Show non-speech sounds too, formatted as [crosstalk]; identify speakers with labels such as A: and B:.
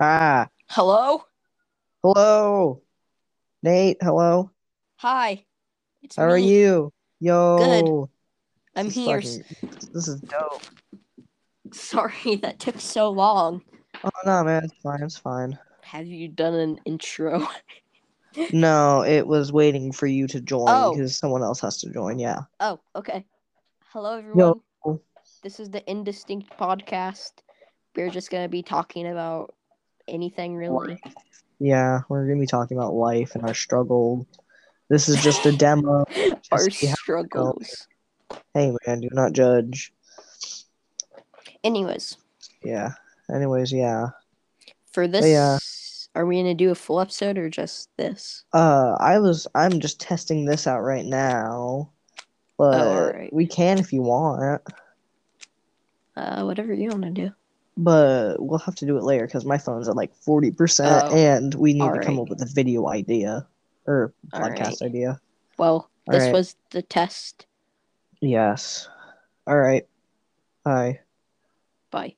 A: Ah,
B: Hello?
A: hello, Nate. Hello,
B: Hi. It's
A: how are
B: me.
A: you? Yo,
B: I'm
A: this is
B: here.
A: fucking- this is dope.
B: [laughs] Sorry that took so long.
A: Oh no, man, it's fine. It's fine.
B: Have you done an intro? [laughs]
A: No, it was waiting for you to join
B: Oh.
A: because someone else has to join. Yeah.
B: Oh, okay. Hello, everyone. This is the Indistinct Podcast. We're just going to be talking about anything really. [laughs]
A: Yeah, we're gonna be talking about life and our struggle. This is just
B: [laughs]
A: a demo.
B: Our
A: see how
B: struggles.
A: Hey, man, do not judge.
B: Anyways,
A: Yeah. Anyways, yeah.
B: for this,
A: yeah.
B: are we going to do a full episode or just this?
A: Uh, I was. I'm just testing this out right now, but
B: Oh, alright.
A: we can if you want.
B: Uh, whatever you want to do.
A: But we'll have to do it later because my phone's at like forty percent,
B: Oh,
A: and we need to come
B: alright.
A: up with a video idea or
B: All right.
A: podcast idea.
B: Well, this
A: Alright.
B: was the test.
A: Yes. All right. Bye.
B: Bye.